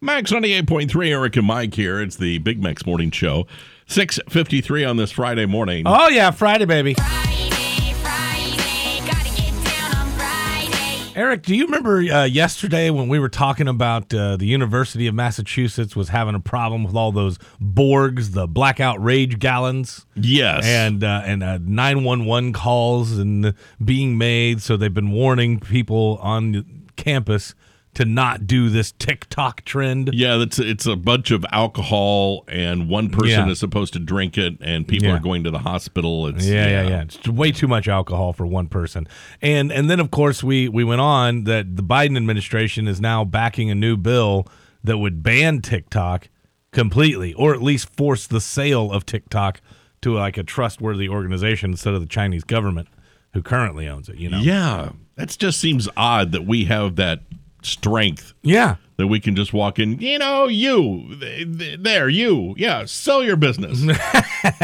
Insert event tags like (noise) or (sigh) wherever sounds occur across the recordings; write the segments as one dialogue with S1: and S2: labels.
S1: Max 98.3, Eric and Mike here. It's the Big Max Morning Show. 653 on this Friday morning.
S2: Oh yeah, Friday, baby.
S3: Friday, Friday, gotta get down on Friday.
S2: Eric, do you remember uh, yesterday when we were talking about uh, the University of Massachusetts was having a problem with all those Borgs, the blackout rage gallons,
S1: yes.
S2: and uh, and uh, 911 calls and being made? So they've been warning people on campus to not do this TikTok trend.
S1: yeah, that's it's a bunch of alcohol and one person
S2: Yeah.
S1: is supposed to drink it and people
S2: Yeah.
S1: are going to the hospital. It's
S2: Yeah, yeah, yeah. It's way too much alcohol for one person. And and then of course we we went on that the Biden administration is now backing a new bill that would ban TikTok completely or at least force the sale of TikTok to like a trustworthy organization instead of the Chinese government who currently owns it, you know.
S1: Yeah. That just seems odd that we have that strength
S2: Yeah.
S1: that we can just walk in, you know, you th- th- there, you. Yeah, sell your business.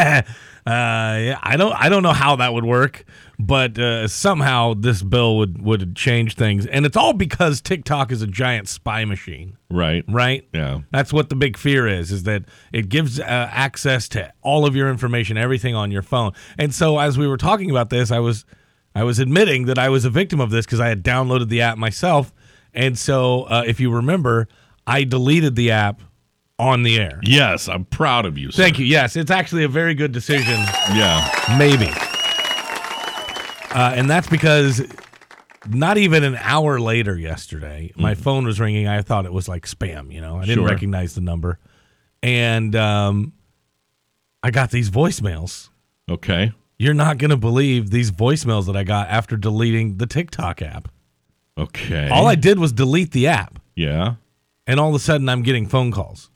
S2: Uh, yeah, I don't, I don't know how that would work, but uh, somehow this bill would would change things, and it's all because TikTok is a giant spy machine.
S1: right.
S2: (laughs) right?
S1: Yeah.
S2: That's what the big fear is, is that it gives uh, access to all of your information, everything on your phone. And so as we were talking about this, I was I was admitting that I was a victim of this because I had downloaded the app myself. And so uh, if you remember, I deleted the app on the air.
S1: Yes, I'm proud of you. Sir.
S2: Thank you. Yes, it's actually a very good decision,
S1: Yeah.
S2: maybe. Uh, and that's because not even an hour later yesterday, my phone was ringing. I thought it was like spam, you know. I didn't
S1: Sure.
S2: recognize the number. And um, I got these voicemails.
S1: Okay.
S2: You're not going to believe these voicemails that I got after deleting the TikTok app.
S1: Okay.
S2: All I did was delete the app,
S1: Yeah.
S2: and all of a sudden I'm getting phone calls.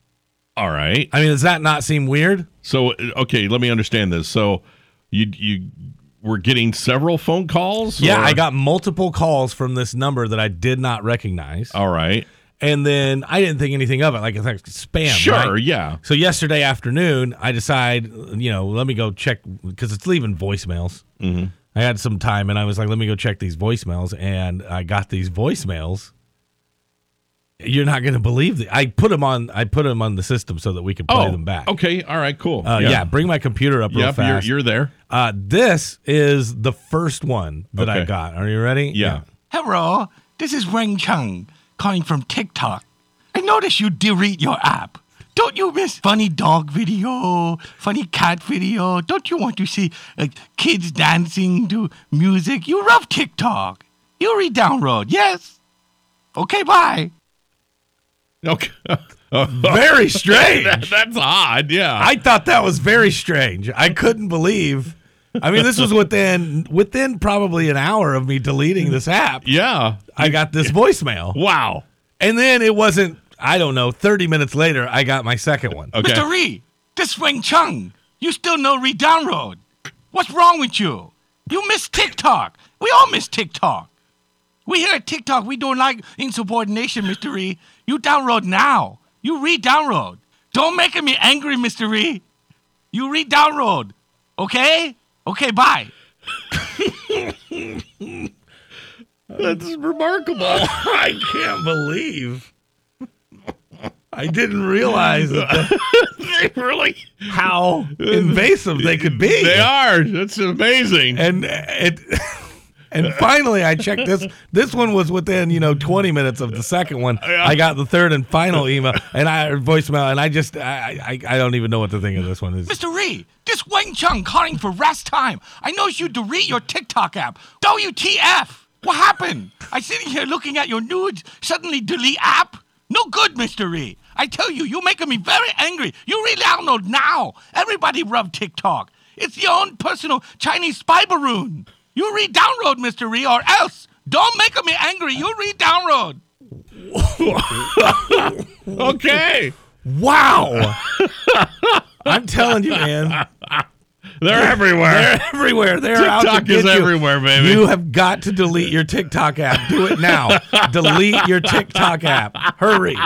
S1: All right.
S2: I mean, does that not seem weird?
S1: So okay, let me understand this. So you you were getting several phone calls?
S2: Yeah,
S1: or-
S2: I got multiple calls from this number that I did not recognize.
S1: All right.
S2: And then I didn't think anything of it. Like, I think spam.
S1: sure,
S2: right?
S1: yeah.
S2: So yesterday afternoon, I decide, you know, let me go check because it's leaving voicemails. Mm-hmm. I had some time, and I was like, let me go check these voicemails, and I got these voicemails. You're not going to believe that I put them on. I put them on the system so that we could play
S1: oh,
S2: them back.
S1: Okay, all right, cool.
S2: Uh, yeah. bring my computer up real
S1: Yep, you're,
S2: fast.
S1: you're there.
S2: uh, this is the first one that I
S1: Okay.
S2: got. Are you ready?
S1: Yeah.
S4: Hello, this is Wang Chung calling from TikTok. I noticed you delete your app. Don't you miss funny dog video, funny cat video? Don't you want to see like kids dancing to music? You love TikTok. You re-download, yes? Okay, bye.
S1: Okay. (laughs) Oh, (laughs)
S2: Very strange. (laughs)
S1: that- that's odd. Yeah.
S2: I thought that was very strange. I couldn't believe. I mean, this was within within probably an hour of me deleting this app.
S1: yeah.
S2: I got this voicemail,
S1: Wow.
S2: and then it wasn't. I don't know. Thirty minutes later, I got my second one.
S1: Okay.
S4: Mr. Ree, this Wang Chung. You still no re-download. What's wrong with you? You miss TikTok. We all miss TikTok. We here at TikTok, we don't like insubordination, Mr. Ree. You download now. You re-download. Don't make me angry, Mr. Ree. You re-download. Okay? Okay, bye.
S1: (laughs) That's
S2: (laughs)
S1: remarkable. I can't
S2: believe. I didn't realize that-
S1: believe they really
S2: how invasive they could be.
S1: They are. That's amazing.
S2: and it (laughs) and finally I checked this this one was within you know 20 minutes of the second one I got the third and final email and I voicemail and I just I I, I don't even know what to think of this one is
S4: Mr. Ree, this Wang Chung calling for rest time. I know you delete your TikTok app. WTF? What happened? I sitting here looking at your nudes, suddenly delete app? No good, Mr. Ree. I tell you, you're making me very angry. You re-download now. Everybody rub TikTok. It's your own personal Chinese spy balloon. You re-download, Mr. Ree, or else. Don't make me angry. You re-download.
S1: Okay.
S2: wow I'm telling you man
S1: They're everywhere.
S2: (laughs) they're (laughs) everywhere they're out to
S1: TikTok
S2: get
S1: is
S2: you.
S1: everywhere, baby.
S2: you have got to delete your TikTok app do it now delete your TikTok app hurry